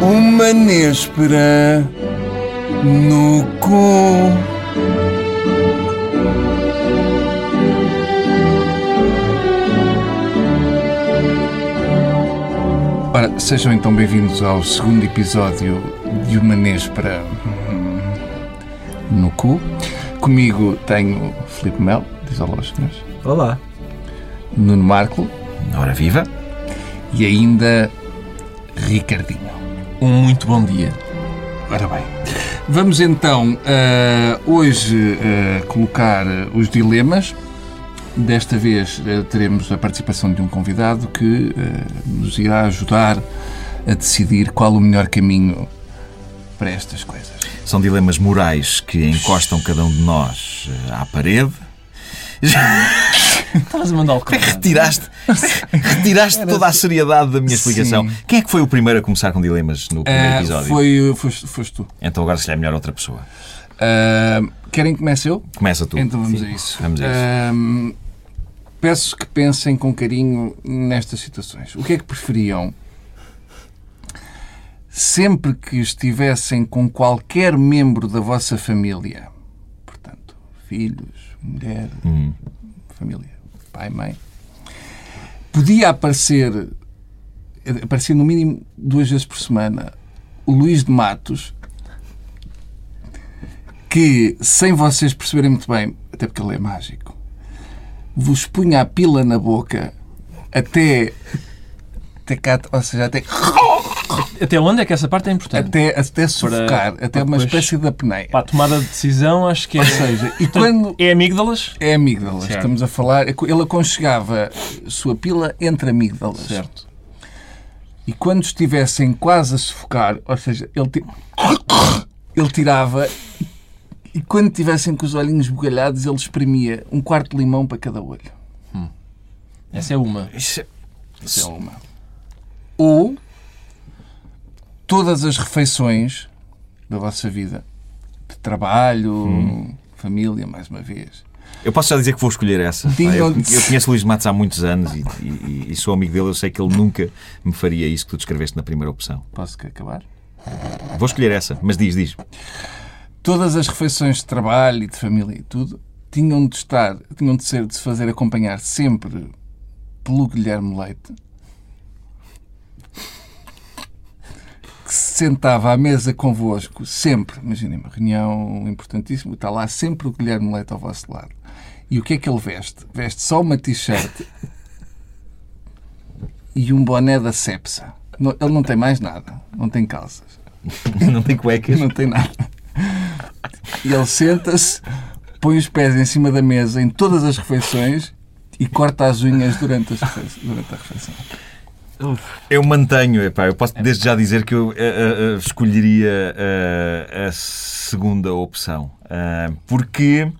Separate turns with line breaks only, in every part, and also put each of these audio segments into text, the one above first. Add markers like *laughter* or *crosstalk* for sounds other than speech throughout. uma néspera no cu. Ora, sejam então bem-vindos ao segundo episódio de Uma Néspera hum, no Cu. Comigo tenho Filipe Melo, diz olá aos senhores,
Olá.
Nuno Marco
Hora viva.
e ainda Ricardinho.
Um muito bom dia.
Ora bem. Vamos então ah, hoje ah, colocar ah, os dilemas. Desta vez ah, teremos a participação de um convidado que ah, nos irá ajudar a decidir qual o melhor caminho para estas coisas.
São dilemas morais que encostam cada um de nós eh, à parede.
Estavas a mandar o
Como é que
*laughs*
*laughs* retiraste, retiraste toda
assim.
a seriedade da minha explicação?
Sim.
Quem é que foi o primeiro a começar com dilemas no primeiro
Ah,
episódio?
foi, foste, foste tu.
Então agora se lhe é melhor outra pessoa.
Ah, querem que comece eu?
Começa tu.
Então vamos
Sim.
a isso. Eh,
Vamos a isso.
Ahm, peço que pensem com carinho nestas situações. O que é que preferiam? Sempre que estivessem com qualquer membro da vossa família, portanto, filhos, mulher,
Hum.
família, pai, mãe, podia aparecer, aparecer no mínimo duas vezes por semana, o Luís de Matos, que, sem vocês perceberem muito bem, até porque ele é mágico, vos punha a pila na boca até. até cá, ou seja, até,
Até onde é que essa parte é importante?
até, até sufocar,
para
até uma
depois-
espécie de apneia.
Para a tomada de decisão, acho que é.
Ou seja, e quando.
É amígdalas?
É amígdalas,
Certo.
estamos a falar. Ele aconchegava sua pila entre amígdalas.
Certo.
E quando estivessem quase a sufocar, ou seja, ele, ti- ele tirava. E quando tivessem com os olhinhos bugalhados, ele espremia um quarto de limão para cada olho.
Essa é uma.
Isso é-
Isso é uma. Ou todas as refeições da vossa vida, de trabalho, família, mais uma vez,
Eu posso já dizer que vou escolher essa.
Diga
Ah, eu,
onde-
eu conheço o Luís de Matos há muitos anos e, e- e sou amigo dele. Eu sei que ele nunca me faria isso que tu descreveste na primeira opção.
posso que acabar?
Vou escolher essa, mas diz, *laughs* diz.
Todas as refeições de trabalho e de família e tudo tinham de estar, tinham de ser de se fazer acompanhar sempre pelo Guilherme Leite, que se sentava à mesa convosco sempre. Imaginem uma reunião importantíssima, está lá sempre o Guilherme Leite ao vosso lado. E o que é que ele veste? Veste só uma t-shirt e um boné da Cepsa. Não- Ele não tem mais nada, não tem calças.
Não tem cuecas.
Não tem nada. E ele senta-se, põe os pés em cima da mesa em todas as refeições e corta as unhas durante, as refe- durante a refeição.
Eu mantenho, epá, eu posso desde já dizer que eu eh, eh, eh, escolheria eh, a segunda opção. Ah, porque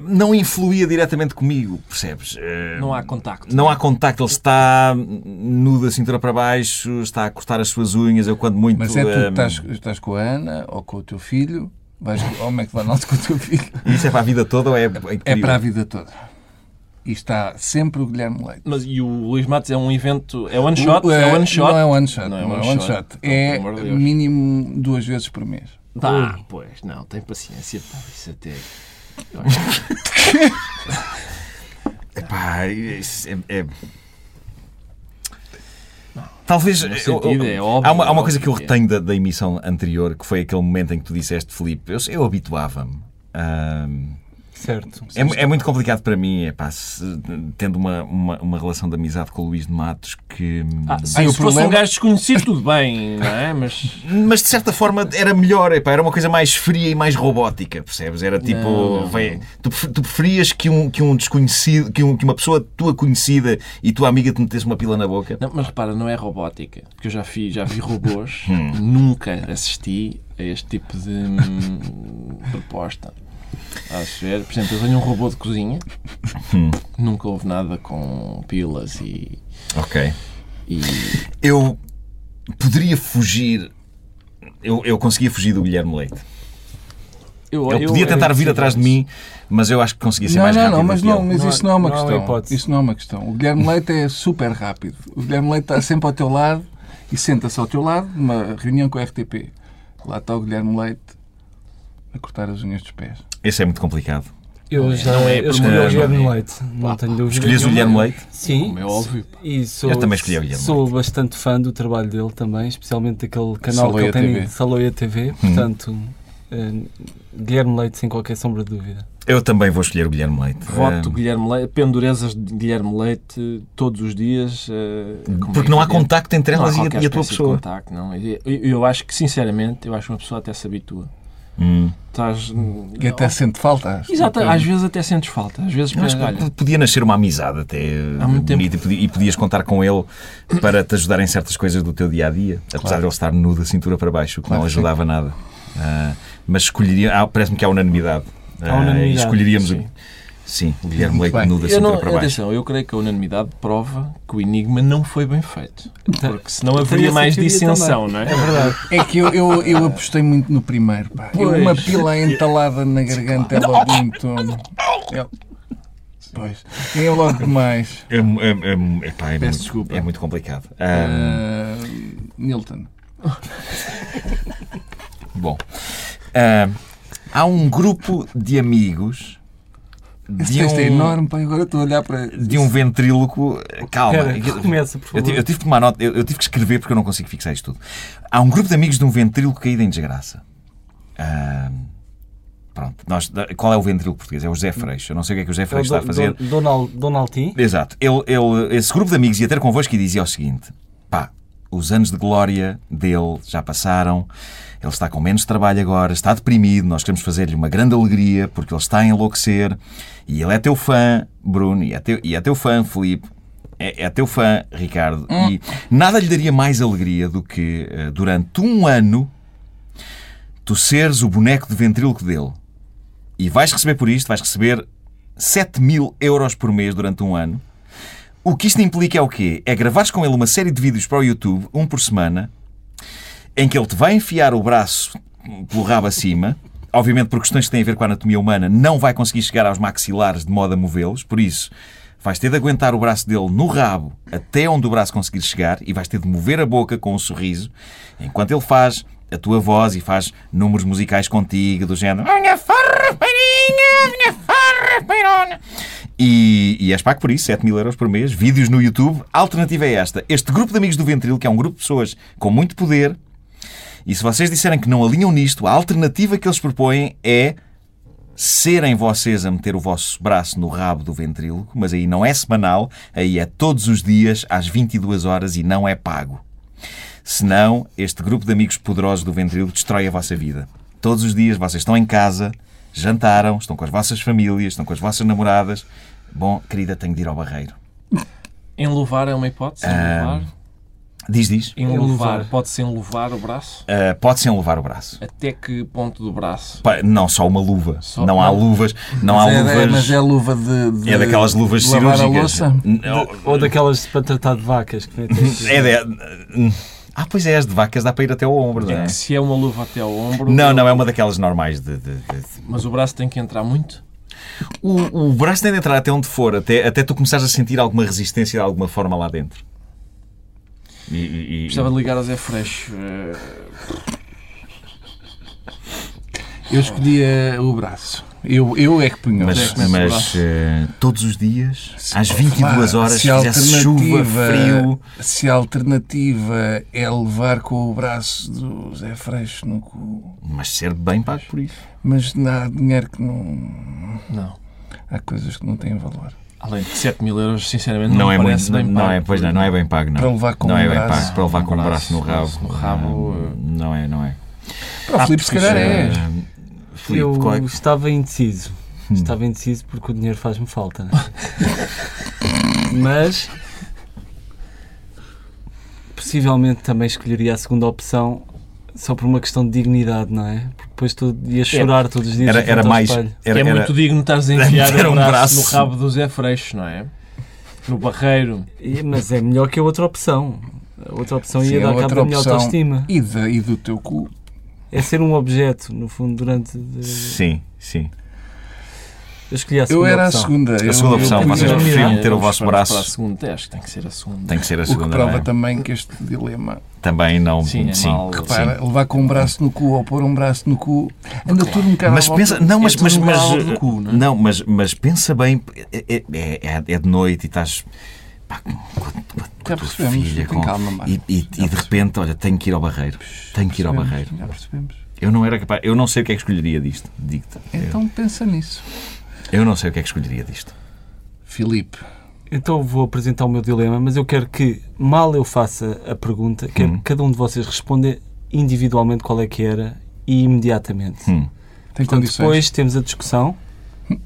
não influía diretamente comigo, percebes? Ah,
Não há contacto.
Não há contacto, ele está nu da cintura para baixo, está a cortar as suas unhas, eu quando muito...
Mas é tu
um,
ah,
que estás, estás com a Ana ou com o teu filho, vais oh, é ao McDonald's com o teu filho.
Isso é para a vida toda ou
É
é... incrível?
para a vida toda. E está sempre o Guilherme Leite.
Mas e o Luís Matos é um evento. É one shot?
O-
é one shot.
Não é one shot.
Não
Não
é
é
one
one
shot.
shot. É
Pelo amor de Deus.
mínimo duas vezes por mês.
Tá, pois, não, tem paciência para isso até.
Epá, isso é- é- Talvez.
Não faz
eu-
sentido,
eu-
é óbvio,
há, uma, há uma
é
coisa que eu
óbvio.
retenho da, da emissão anterior, que foi aquele momento em que tu disseste, Filipe, eu, eu habituava-me. Ahm,
Certo.
é, mu- é muito complicado para mim, epá, se- tendo uma, uma, uma relação de amizade com o Luís de Matos, que.
Ah, se
Ah, e o
fosse
problema-
um gajo desconhecido, tudo bem, não é? Mas.
Mas de certa forma era melhor, epá, era uma coisa mais fria e mais robótica, percebes? Era tipo.
Não, não,
vem- tu, prefer- tu preferias que um, que um desconhecido, que, um- que uma pessoa tua conhecida e tua amiga te metesse uma pila na boca?
Não, mas repara, não é robótica. Porque eu já, fiz, já vi
*laughs*
robôs,
Hum.
nunca assisti a este tipo de hum, proposta. Estás a ver? Por exemplo, eu tenho um robô de cozinha,
Hum.
nunca houve nada com pilas e.
Ok. *laughs*
e
eu poderia fugir. Eu, eu conseguia fugir do Guilherme Leite.
eu,
Ele
eu-
podia
eu-
tentar vir
eu-
atrás de mim, mas eu acho que conseguia ser
não,
é mais
não,
rápido.
não, mas
do que
não,
ele.
mas
Não
isso
é-
não é uma
não é uma
questão.
hipótese.
isso não é uma questão. O Guilherme Leite é super rápido. O Guilherme Leite está sempre ao teu lado e senta-se ao teu lado, numa reunião com a RTP. Lá está o Guilherme Leite a cortar as unhas dos pés.
Esse é muito complicado.
Eu já não
é
eu escolhi
porque-
o Guilherme Leite, não tenho dúvida.
Escolhias o Guilherme Leite?
Sim.
Como é óbvio, pá.
E sou,
Eu também escolhi o Guilherme
Sou bastante fã do trabalho dele também, especialmente daquele canal
Saloia
que ele
TV.
tem, Saloia TV.
Uhum.
Portanto, eh, Guilherme Leite, sem qualquer sombra de dúvida.
Eu também vou escolher o Guilherme Leite.
Voto
Ah,
Guilherme Leite, pendurezas de Guilherme Leite todos os dias. eh, como é
Porque
que
não há
é?
contacto entre
Não há
elas e a-
qualquer
e a tua
espécie de
pessoa.
contacto, não. Eu, eu acho que, sinceramente, eu acho que uma pessoa até se habitua.
Hum.
Estás.
E até sente falta. acho.
Exato, às vezes até sentes falta. Às vezes
Eu acho
pensas, olha,
que Ah, podia nascer uma amizade até
Há muito tempo.
bonita e podi- e podias contar com ele para te ajudar em certas coisas do teu dia a dia, apesar de ele estar nu da cintura para baixo, o que
Claro
não
que sim.
ajudava nada. Ah, mas escolheria, ah, parece-me que há unanimidade.
Há
Ah,
unanimidade,
e escolheríamos
sim.
o, sim, o Guilherme
Muito bem.
Leite nu da
Eu
cintura
não,
para baixo.
atenção, eu creio que a unanimidade prova que o enigma não foi bem feito.
Então,
Porque senão
Teria
haveria
essa
mais
teoria
dissensão, não é?
verdade.
É que eu, eu, eu apostei muito no primeiro. Pá. Eu,
Pois.
uma pila entalada na garganta é logo muito. É- Pois. É logo demais.
É, mu- é- é- epá,
Peço
é muito,
desculpa.
é muito complicado. Ah,
Ah, Nilton.
Bom, Ah, há um grupo de amigos.
Esse
de
texto é
um-
enorme, pá. Agora estou a olhar para.
de um ventríloco. Calma.
Espera, recomeça, por
eu, tive,
favor.
eu tive que tomar nota, eu, eu tive que escrever porque eu não consigo fixar isto tudo. Há um grupo de amigos de um ventríloco caído em desgraça. Ah, pronto. Nós, qual é o ventríloco português? É o José Freixo. Eu não sei o que é que o José Freixo está a fazer.
Donald, Donald T.
Exato. Ele, ele- esse grupo de amigos ia ter convosco e dizia o seguinte: pá, os anos de glória dele já passaram, ele está com menos trabalho agora, está deprimido, nós queremos fazer-lhe uma grande alegria porque ele está a enlouquecer e ele é teu fã, Bruno, e é teu, e é teu fã, Filipe. É, é teu fã, Ricardo. E nada lhe daria mais alegria do que, eh, durante um ano, tu seres o boneco de ventríloco dele. E vais receber por isto, vais receber 7 mil euros por mês durante um ano. O que isto implica é o quê? É gravares com ele uma série de vídeos para o YouTube, um por semana, em que ele te vai enfiar o braço pelo rabo acima. Obviamente, por questões que têm a ver com a anatomia humana, não vai conseguir chegar aos maxilares de modo a movê-los. Por isso, vais ter de aguentar o braço dele no rabo até onde o braço conseguir chegar e vais ter de mover a boca com um sorriso enquanto ele faz a tua voz e faz números musicais contigo, do género. Minha farra, farinha, minha farra, peirona. E, e és pago por isso, 7 mil euros por mês, vídeos no YouTube. A alternativa é esta. Este grupo de amigos do Ventrilo, que é um grupo de pessoas com muito poder, e se vocês disserem que não alinham nisto, a alternativa que eles propõem é serem vocês a meter o vosso braço no rabo do ventríloco, mas aí não é semanal, aí é todos os dias às 22 horas e não é pago. Senão, este grupo de amigos poderosos do ventríloco destrói a vossa vida. Todos os dias vocês estão em casa, jantaram, estão com as vossas famílias, estão com as vossas namoradas. Bom, querida, tenho de ir ao barreiro.
Enluvar é uma hipótese?
Ah,
Enluvar?
Diz, diz.
Enluvar.
Enluvar.
Pode-se enluvar o braço?
Ah, Pode-se enlevar o braço.
Até que ponto do braço?
Pa- Não, só uma luva.
Só-
não há
não.
luvas. Não há
Mas é,
luvas.
mas é luva de, de-
É daquelas luvas
de lavar a
cirúrgicas.
louça.
N-
É
Ou daquelas para tratar de vacas. Que nem tem
*laughs*
aqui.
É de... Ah, pois é, as de vacas dá para ir até ao ombro, não
É
é?
que se é uma luva até ao ombro.
Não, não, é uma daquelas normais de. de- de-
Mas o braço tem que entrar muito?
O, o braço tem de entrar até onde for, até, até tu começares a sentir alguma resistência de alguma forma lá dentro. E, e- e-
Precisava de ligar ao Zé Freixo. eh,
Eu escolhia o braço. Eu, eu é que punho. o
Mas,
braço.
começa o
mas,
braço.
eh, todos os dias, às 22
Claro,
horas,
se a
fizesse chuva,
alternativa-
frio.
Se a alternativa é levar com o braço do Zé Freixo no cu,
Mas ser bem pago por isso.
mas não há dinheiro que não.
Não.
Há coisas que não têm valor.
Além de 7 mil euros, sinceramente, não,
Não, é muito.
parece
Não,
bem
não
pago.
é, pois não, não é bem pago, não.
Para levar com
não
um
é bem
braço.
pago. Para levar com um
Um
braço no rabo.
braço no rabo, uh,
Ah, Não é, não é.
Para o Filipe, se calhar é.
Ah, Filipe,
Eu
qual é que-
estava indeciso. Estava indeciso porque o dinheiro faz-me falta, né? *laughs* Mas. Possivelmente também escolheria a segunda opção só por uma questão de dignidade, não é? Porque depois tu ias chorar todos os dias.
Era,
junto
era
ao
mais.
espelho.
Era,
é
era-
muito digno estares a enfiar
Era
o
um
braço, no
braço.
rabo do Zé Freixo, não é? No barreiro.
E- Mas é melhor que a outra opção. A outra opção
Sim,
ia
a
dar cabo
outra
da minha
opção-
autoestima.
é. E, da- e do teu cu.
É ser um objeto, no fundo, durante.
Sim, sim.
Eu escolhi a
Eu
segunda
era a
opção.
segunda. Eu-
A segunda
eu
opção,
queria-
vocês
Vamos
preferiam
lá.
meter o
Vamos
vosso
para a
braço.
segunda, É, acho que tem que ser a segunda.
Tem que ser a
O que
segunda,
prova
não é?
também que este dilema,
Também não.
Sim, é mal.
para levar com um braço no cu ou pôr um braço no cu, anda tudo um bocado
É Mas
à volta.
pensa, não, mas,
tudo
mas,
uma
mas,
aula do cu, não é?
não, mas, mas pensa bem, é, é- é- é de noite e estás pá, com, com, com a
Já
tua
percebemos, tem
filha com-
calma, Marco.
e, e- e de repente, olha, tenho que ir ao barreiro, tenho que ir ao barreiro.
Já percebemos.
Eu não era capaz, eu não sei o que é que escolheria disto, digo-te. Eu,
Então pensa nisso.
eu não sei o que é que escolheria disto.
Filipe,
Então vou apresentar o meu dilema, mas eu quero que, mal eu faça a pergunta, quero que cada um de vocês responda individualmente qual é que era e imediatamente.
Hum.
tem
Portanto,
condições.
Então,
é
depois temos a discussão,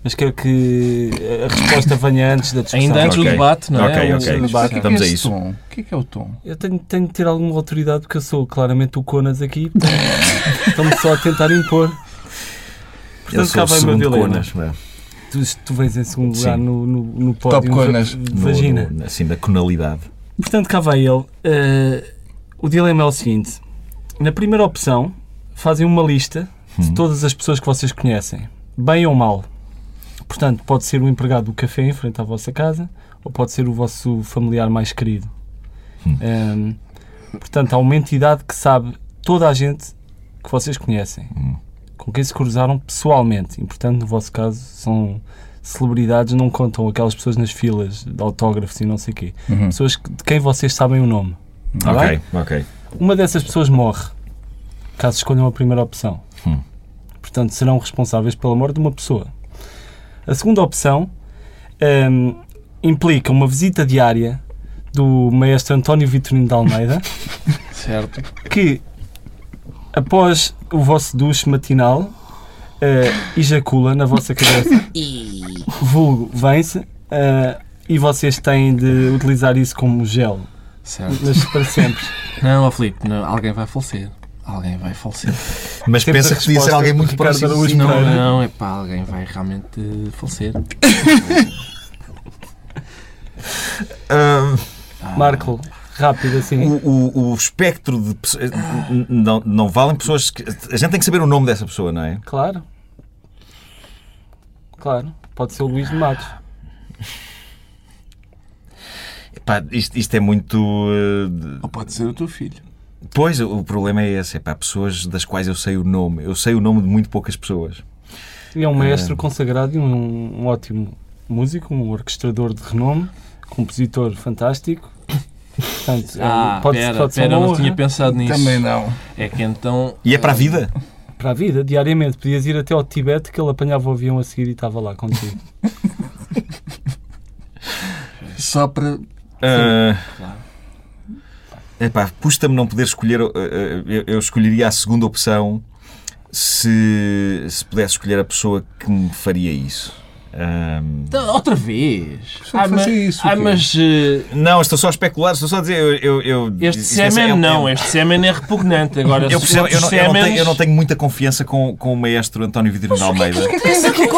mas quero que a resposta venha antes da discussão.
Ainda antes do
Ok.
debate, não é?
Ok,
O-
ok.
o
Mas
debate.
o que é que
Vamos
é
a
esse
isso.
tom? O que é que é o tom?
Eu tenho, tenho de ter alguma autoridade porque eu sou claramente o Conas aqui. *laughs* Estão-me só a tentar impor.
Eu
Portanto,
sou
cá
o
vai o meu
segundo
dilema.
Conas, não é?
Tu, tu vens em segundo lugar
Sim.
no, no, no pódio.
Conas.
No-
Vagina.
no- assim, da conalidade.
Portanto, cá vai ele. Eh, o dilema é o seguinte: na primeira opção, fazem uma lista
Hum. Uhum.
de todas as pessoas que vocês conhecem, bem ou mal. Portanto, pode ser o empregado do café em frente à vossa casa ou pode ser o vosso familiar mais querido. Eh, portanto, há uma entidade que sabe toda a gente que vocês conhecem, com quem se cruzaram pessoalmente. E, portanto, no vosso caso, são celebridades, não contam aquelas pessoas nas filas de autógrafos e não sei o quê pessoas que- de quem vocês sabem o nome. tá
ok,
bem?
ok.
Uma dessas pessoas morre, caso escolham a primeira opção.
Hum.
Portanto, serão responsáveis pela morte de uma pessoa. A segunda opção hum, implica uma visita diária do maestro António Vitorino de
*laughs*
Almeida,
Certo.
que, após o vosso duche matinal, eh, ejacula na vossa cabeça. Vulgo, vence. eh, e vocês têm de utilizar isso como gel,
*laughs*
Certo.
mas para sempre.
Não, ó Filipe, não, alguém vai falecer. Alguém vai falecer.
Mas
Temos
pensa
a
que podia ser
resposta
alguém muito
do Ricardo
próximo.
Araújo
sim, não-
Não,
Pereira.
não, é pá, alguém vai realmente eh, falecer.
Ah,
Marco, rápido assim.
O, o, o espectro de pessoas. Não, não valem pessoas que. A gente tem que saber o nome dessa pessoa, não é?
Claro. Claro. Pode ser o Luís de Matos.
Epá, isto, isto é muito. eh, de-
Ou pode ser o teu filho.
Pois, o problema é esse. Epá, pessoas das quais eu sei o nome. Eu sei o nome de muito poucas pessoas.
E é um maestro consagrado e um, um ótimo músico, um orquestrador de renome, compositor fantástico. Portanto, é,
Ah,
pode,
pera,
pode ser
pera,
uma
eu não
honra
tinha pensado nisso.
Também não.
É que então.
um né? E é para a vida.
para a vida, diariamente. Podias ir até ao Tibete que ele apanhava o avião a seguir e estava lá contigo.
*laughs*
Só para.
Ah,
claro.
epá, custa-me não poder escolher. eh, eh, eu, eu escolheria a segunda opção se, se pudesse escolher a pessoa que me faria isso. Ah,
Então, Outra vez!
Só fazer isso,
ah,
o quê?
mas eh,
Não, estou só a especular, estou só a dizer. Eu, eu, eu-
este
isto é-
semen
é-
não,
é-
este semen é repugnante. Agora,
*laughs* Eu,
se
percebo, eu, não,
outros
eu não tenho,
semens-
eu não tenho muita confiança com, com o maestro António Vitorino de Almeida.
que é que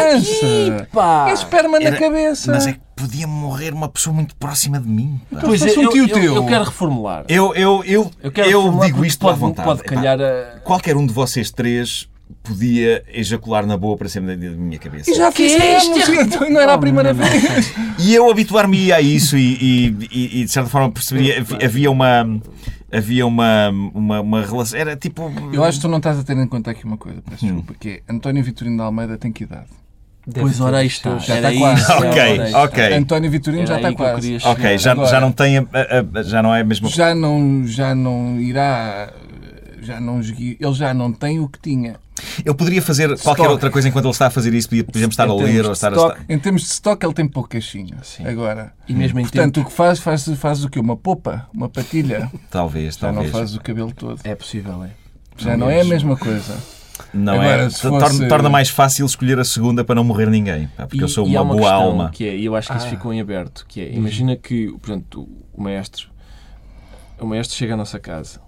confiança?
Pá.
É esperma na
Era-
cabeça.
Mas é que podia morrer uma pessoa muito próxima de mim. pá.
Pois
Fosse
é,
um
eu,
tio
eu-
teu.
eu quero reformular.
Eu, eu, eu,
Eu
eu,
quero reformular
digo
porque
isto à
pode,
vontade.
Pode
Epá,
calhar a.
Qualquer um de vocês três podia ejacular na boa para cima da da minha cabeça.
E já
Que
fizemos,
este
*laughs*
é-
então não era a primeira vez.
E eu habituar-me a isso e, e- e- e, de certa forma perceberia. hav- Havia uma. Havia uma, uma, uma relação. Era tipo.
Eu acho que tu não estás a ter em conta aqui uma coisa, peço desculpa, que é António Vitorino de Almeida tem que idade?
Pois ora aí está.
Já
era
está quase.
isso,
Ok,
ora aí está.
ok.
António Vitorino
Era
já está
aí que eu
quase.
queria
Ok,
chegar.
já,
Agora-
já não tem. a- a- a- já não é a mesma.
Já não, já não irá. Já não, esgui- ele já não tem o que tinha.
Eu poderia fazer qualquer outra coisa enquanto ele está a fazer isso. Podia, por exemplo, estar a
Em
ler
termos
ou
de
estar a.
stock,
estar-
Em termos de stock, ele tem pouco queixinho.
Sim.
Agora.
E mesmo em
Portanto,
tempo.
o que faz, faz, faz o quê? Uma popa? Uma patilha?
Talvez,
Já não
talvez.
faz o cabelo todo.
É possível, é.
Já não é a mesma coisa.
Não
Agora,
é.
se
Torna,
fosse-
torna mais fácil escolher a segunda para não morrer ninguém. pá, porque eu sou
há
uma, boa
questão
alma.
Que é, e eu acho
Ah.
que isso ficou em aberto, que é, imagina que, portanto, o maestro, o maestro chega à nossa casa.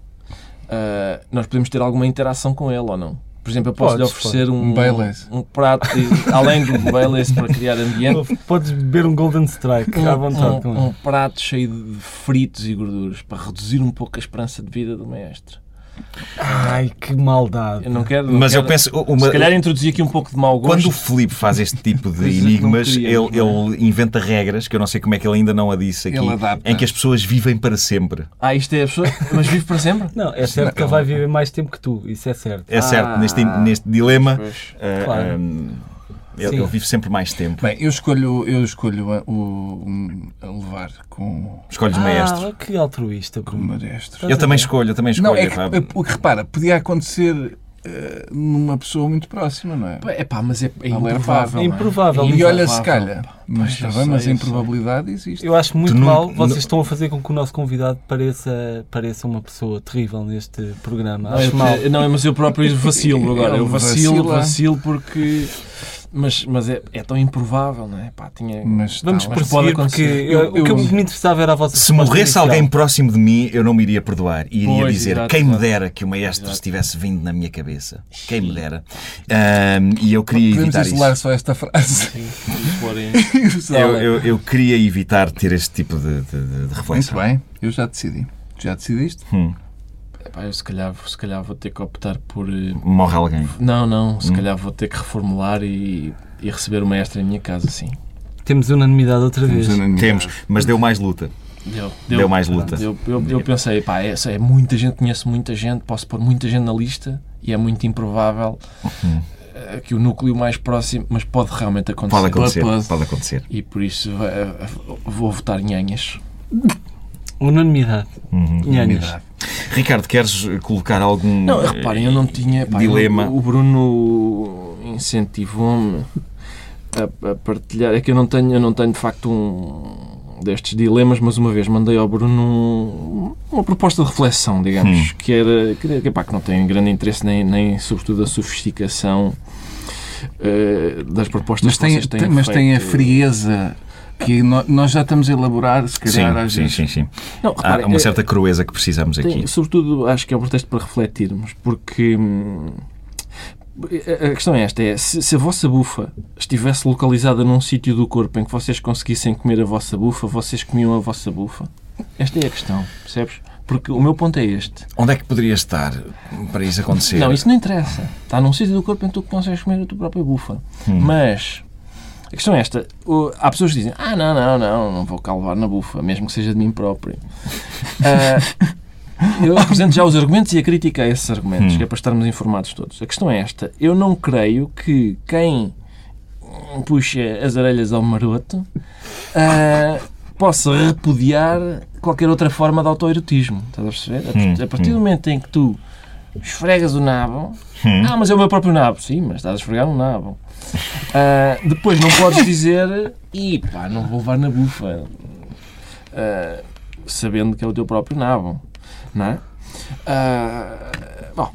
Ah, nós podemos ter alguma interação com ele ou não? Por exemplo, eu posso lhe
Podes,
oferecer um,
Um Baileys.
um prato, de- além do Baileys para
*laughs*
criar ambiente,
Podes beber um Golden Strike, à vontade.
um,
com
um prato cheio de fritos e gorduras para reduzir um pouco a esperança de vida do maestro.
Ai, que maldade.
Eu não quero. não
Mas eu
quero-
penso. Uma,
Se calhar introduzi aqui um pouco de mau gosto.
Quando o Filipe faz este tipo de
Coisas que não
enigmas, ele,
queríamos, não
ele inventa regras, que eu não sei como é que ele ainda não a disse aqui,
Ele adapta.
em que as pessoas vivem para sempre.
Ah, isto é a pessoa. Mas vive para
*laughs*
sempre?
Não, é certo que ele vai viver mais tempo que tu, isso é certo.
É certo, neste, neste dilema, ah,
Claro.
hum, ele,
Sim.
ele vive sempre mais tempo.
Bem, eu escolho, eu escolho a- o, um, a levar com
Escolhes maestro.
Ah, que altruísta. pô.
maestros.
Eu também escolho, eu também escolho.
Não, é que,
pá.
é, o que repara, podia acontecer eh, numa pessoa muito próxima, não é?
É pá, mas é, é
Não era fácil,
improvável.
não é?
Improvável.
E olha, se
Improvável,
calhar. Mas, está
eu
bem, mas
sei,
a
eu sei.
improbabilidade existe.
Eu acho muito
Tu não-
mal, vocês
não-
estão a fazer com que o nosso convidado pareça, pareça uma pessoa terrível neste programa.
Não,
Acho mal.
eu, não, mas eu próprio vacilo agora.
Ele
Eu vacilo,
vacila.
vacilo porque. Mas, mas é, é tão improvável, não é? Pá, tinha.
Mas
Vamos
está lá.
mas
prosseguir
pode
porque
acontecer.
eu-
Eu-
o que
eu-
me interessava era a vossa
Se
resposta
morresse
inicial.
alguém próximo de mim, eu não me iria perdoar. E iria
Pois,
dizer:
exato,
quem me
exato.
dera que o maestro estivesse vindo na minha cabeça. Quem me dera. Ahm, e eu queria
Podemos
evitar
isolar
isso.
só esta *laughs* frase.
Se forem-
e usá-la.
Eu, eu- eu queria evitar ter este tipo de, de- de- de reflexão. Hum.
Muito bem, eu já decidi. Já decidiste?
É pá, eu se calhar, se calhar vou ter que optar por. eh,
Morre alguém.
Não, não,
Hum.
se calhar vou ter que reformular e, e receber uma extra em minha casa, sim.
Temos unanimidade outra vez.
Temos, mas deu mais luta.
Deu,
Deu mais luta.
Eu, eu, eu pensei, pá, é, é muita gente, conheço muita gente, posso pôr muita gente na lista e é muito improvável
Uhum.
eh, que o núcleo mais próximo, mas pode realmente acontecer.
Pode acontecer.
pode.
Pode acontecer.
E por isso eh, vou votar em Anhas.
Unanimidade. Nhanhas.
Ricardo, queres colocar algum.
Não, reparem, eu não tinha. pá,
dilema.
O, o Bruno incentivou-me a, a partilhar. É que eu não tenho, eu não tenho de facto um destes dilemas, mas uma vez mandei ao Bruno um- uma proposta de reflexão, digamos,
Hum.
que era que, que, pá, que não tem grande interesse nem, nem sobretudo a sofisticação eh, das propostas
Mas
que
tem,
vocês têm
tem- mas tem a
feito.
frieza que no- nós já estamos a elaborar, se
Sim,
calhar, às
sim,
vezes.
sim, sim.
Não,
Há
Ah,
reparem,
uma
eh,
certa crueza que precisamos
Tem-
aqui.
sobretudo, acho que é um pretexto para refletirmos, porque hum, a a questão é esta: é, se, se a vossa bufa estivesse localizada num sítio do corpo em que vocês conseguissem comer a vossa bufa, vocês comiam a vossa bufa? Esta é a questão, percebes? Porque o meu ponto é este.
Onde é que poderia estar para isso acontecer?
Não, isso não interessa. Está num sítio do corpo em que tu consegues comer a tua própria bufa. Mas a questão é esta: o- há pessoas que dizem, ah, não, não, não, não vou calvar na bufa, mesmo que seja de mim próprio. Ah, eu apresento já os argumentos e a crítica a esses argumentos, que é para estarmos informados todos. A questão é esta: eu não creio que quem puxa as orelhas ao maroto ah, possa repudiar qualquer outra forma de autoerotismo. Estás a perceber? A
Hum,
par- A partir do momento em que tu esfregas o nabo,
Hum.
ah, mas é o meu próprio nabo, sim, mas estás a esfregar um nabo. Ah, depois não podes dizer, e pá, não vou levar na bufa, Ah, sabendo que é o teu próprio nabo, não é? Ah, bom,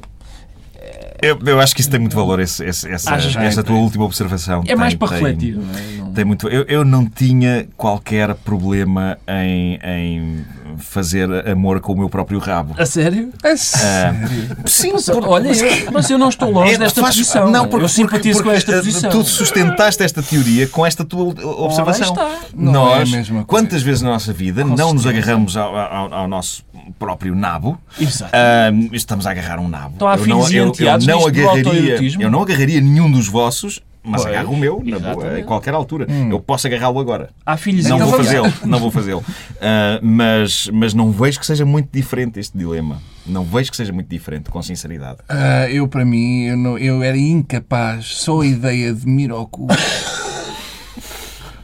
Eu, eu acho que isso tem muito valor, esse- esse- essa,
Achas que
essa
tem?
tua última observação.
é mais
Tem-
para
tem-
refletir, não é? Não-
Tem muito... eu, eu não tinha qualquer problema em, em fazer amor com o meu próprio rabo. Ah,
A sério?
É sério.
Sim, olha, eu- mas eu não estou longe desta
É, Faz-
posição.
Não, porque,
eu simpatizo
porque-
com esta
porque,
posição.
eh, Tu sustentaste esta teoria com esta tua o- observação.
Ora está.
Não
Nós,
é a mesma coisa.
quantas vezes na nossa vida não nos agarramos ao, ao- ao nosso próprio nabo?
Exato.
Ahm, estamos a agarrar um nabo.
Então há
eu, não,
filhos e
eu, eu,
enteados
não
disto do
agarraria,
autoerotismo.
eu não agarraria nenhum dos vossos, mas
Pois,
agarro o meu, na boa,
exatamente. Hum. é,
a qualquer altura. Eu posso agarrá-lo agora.
Há filhos
Não
e
vou
enteados.
fazê-lo, não vou fazê-lo. Ah, mas, mas não vejo que seja muito diferente este dilema. Não vejo que seja muito diferente, com sinceridade.
Ah, eu, para mim, eu, não- eu era incapaz, só a ideia de mir ao cu. *laughs*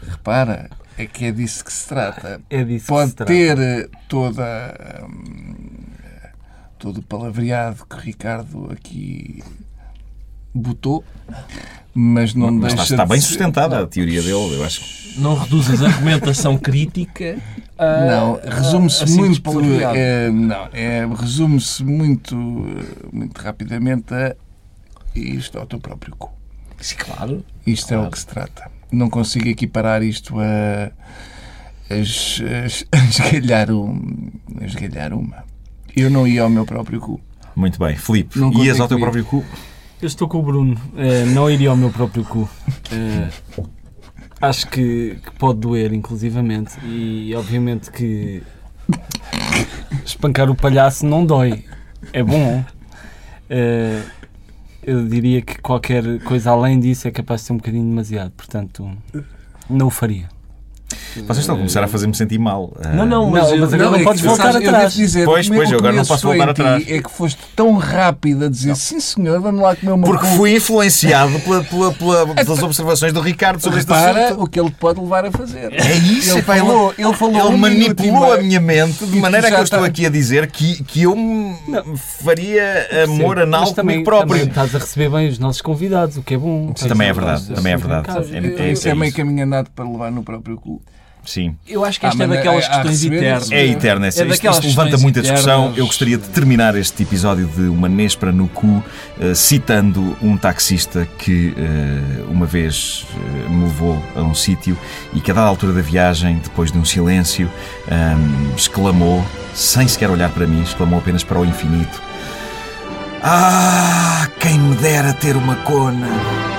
Repara, é que é disso que se trata.
É disso
Pode
que se
ter eh, toda. hum, todo o palavreado que o Ricardo aqui botou, mas não
Mas
deixa
está, está
de
bem
ser-
sustentada a teoria dele, eu acho.
Não reduzas a argumentação crítica ah, assim, a.
Não,
Ah,
resume-se
assim
a simples
muito.
palavreado.
eh, não, é, resume-se muito, eh, muito rapidamente a isto ao teu próprio cu.
Sim, claro.
Isto é o que se trata. Não consigo equiparar isto a, a, es- a es- *laughs* a esgalhar, um, a esgalhar uma. Eu não ia ao meu próprio cu.
Muito bem. Filipe,
Não contem
ias ao teu
comigo.
próprio cu?
Eu estou com o Bruno. Eh, não iria ao meu próprio cu. Eh, acho que, que pode doer, inclusivamente. E obviamente que espancar o palhaço não dói. É bom.
eh, eu diria que qualquer coisa além disso é capaz de ser um bocadinho demasiado. Portanto, não o faria.
Vocês estão a começar
Eh,
a fazer-me sentir mal. Eh,
Não, Eh, não, mas,
mas
eu- agora não,
é que,
podes voltar
sabes, Eu
atrás.
devo dizer,
Pois,
o meu
pois, eu agora não
começo
posso
em
voltar
ti
atrás.
É que foste tão rápido a dizer, sim senhor, vamos lá comer uma
Porque
couve."
fui influenciado pela- pela-
*laughs*
pela- pelas observações do Ricardo sobre este
Repara
assunto.
o que ele pode levar a fazer.
É isso,
ele
epá, ele-
falou, ele, falou
Ele
um minuto e
manipulou
meio.
a minha mente de
tu
maneira que
já
eu estou
tá-
aqui a dizer que, que eu me faria amor
Sim, mas
anal comigo
também-
próprio.
Também estás a receber bem os nossos convidados, o que é bom.
Isso também é verdade, também é verdade. É, é- é
Isso é, meio
isso.
caminho andado para levar no próprio cu.
Sim.
Eu acho que
Ah,
esta é
mas
daquelas
é- há a
questões
receber
eternas.
isso.
É eterna.
É
Isto, isto
daquelas
levanta
questões
muita discussão.
eternas.
Eu gostaria de terminar este episódio de Uma Nespra no Cu eh, citando um taxista que eh, uma vez eh, me levou a um sítio e que a dada altura da viagem, depois de um silêncio, ahm, exclamou, sem sequer olhar para mim, exclamou apenas para o infinito. Ah, quem me dera ter uma cona!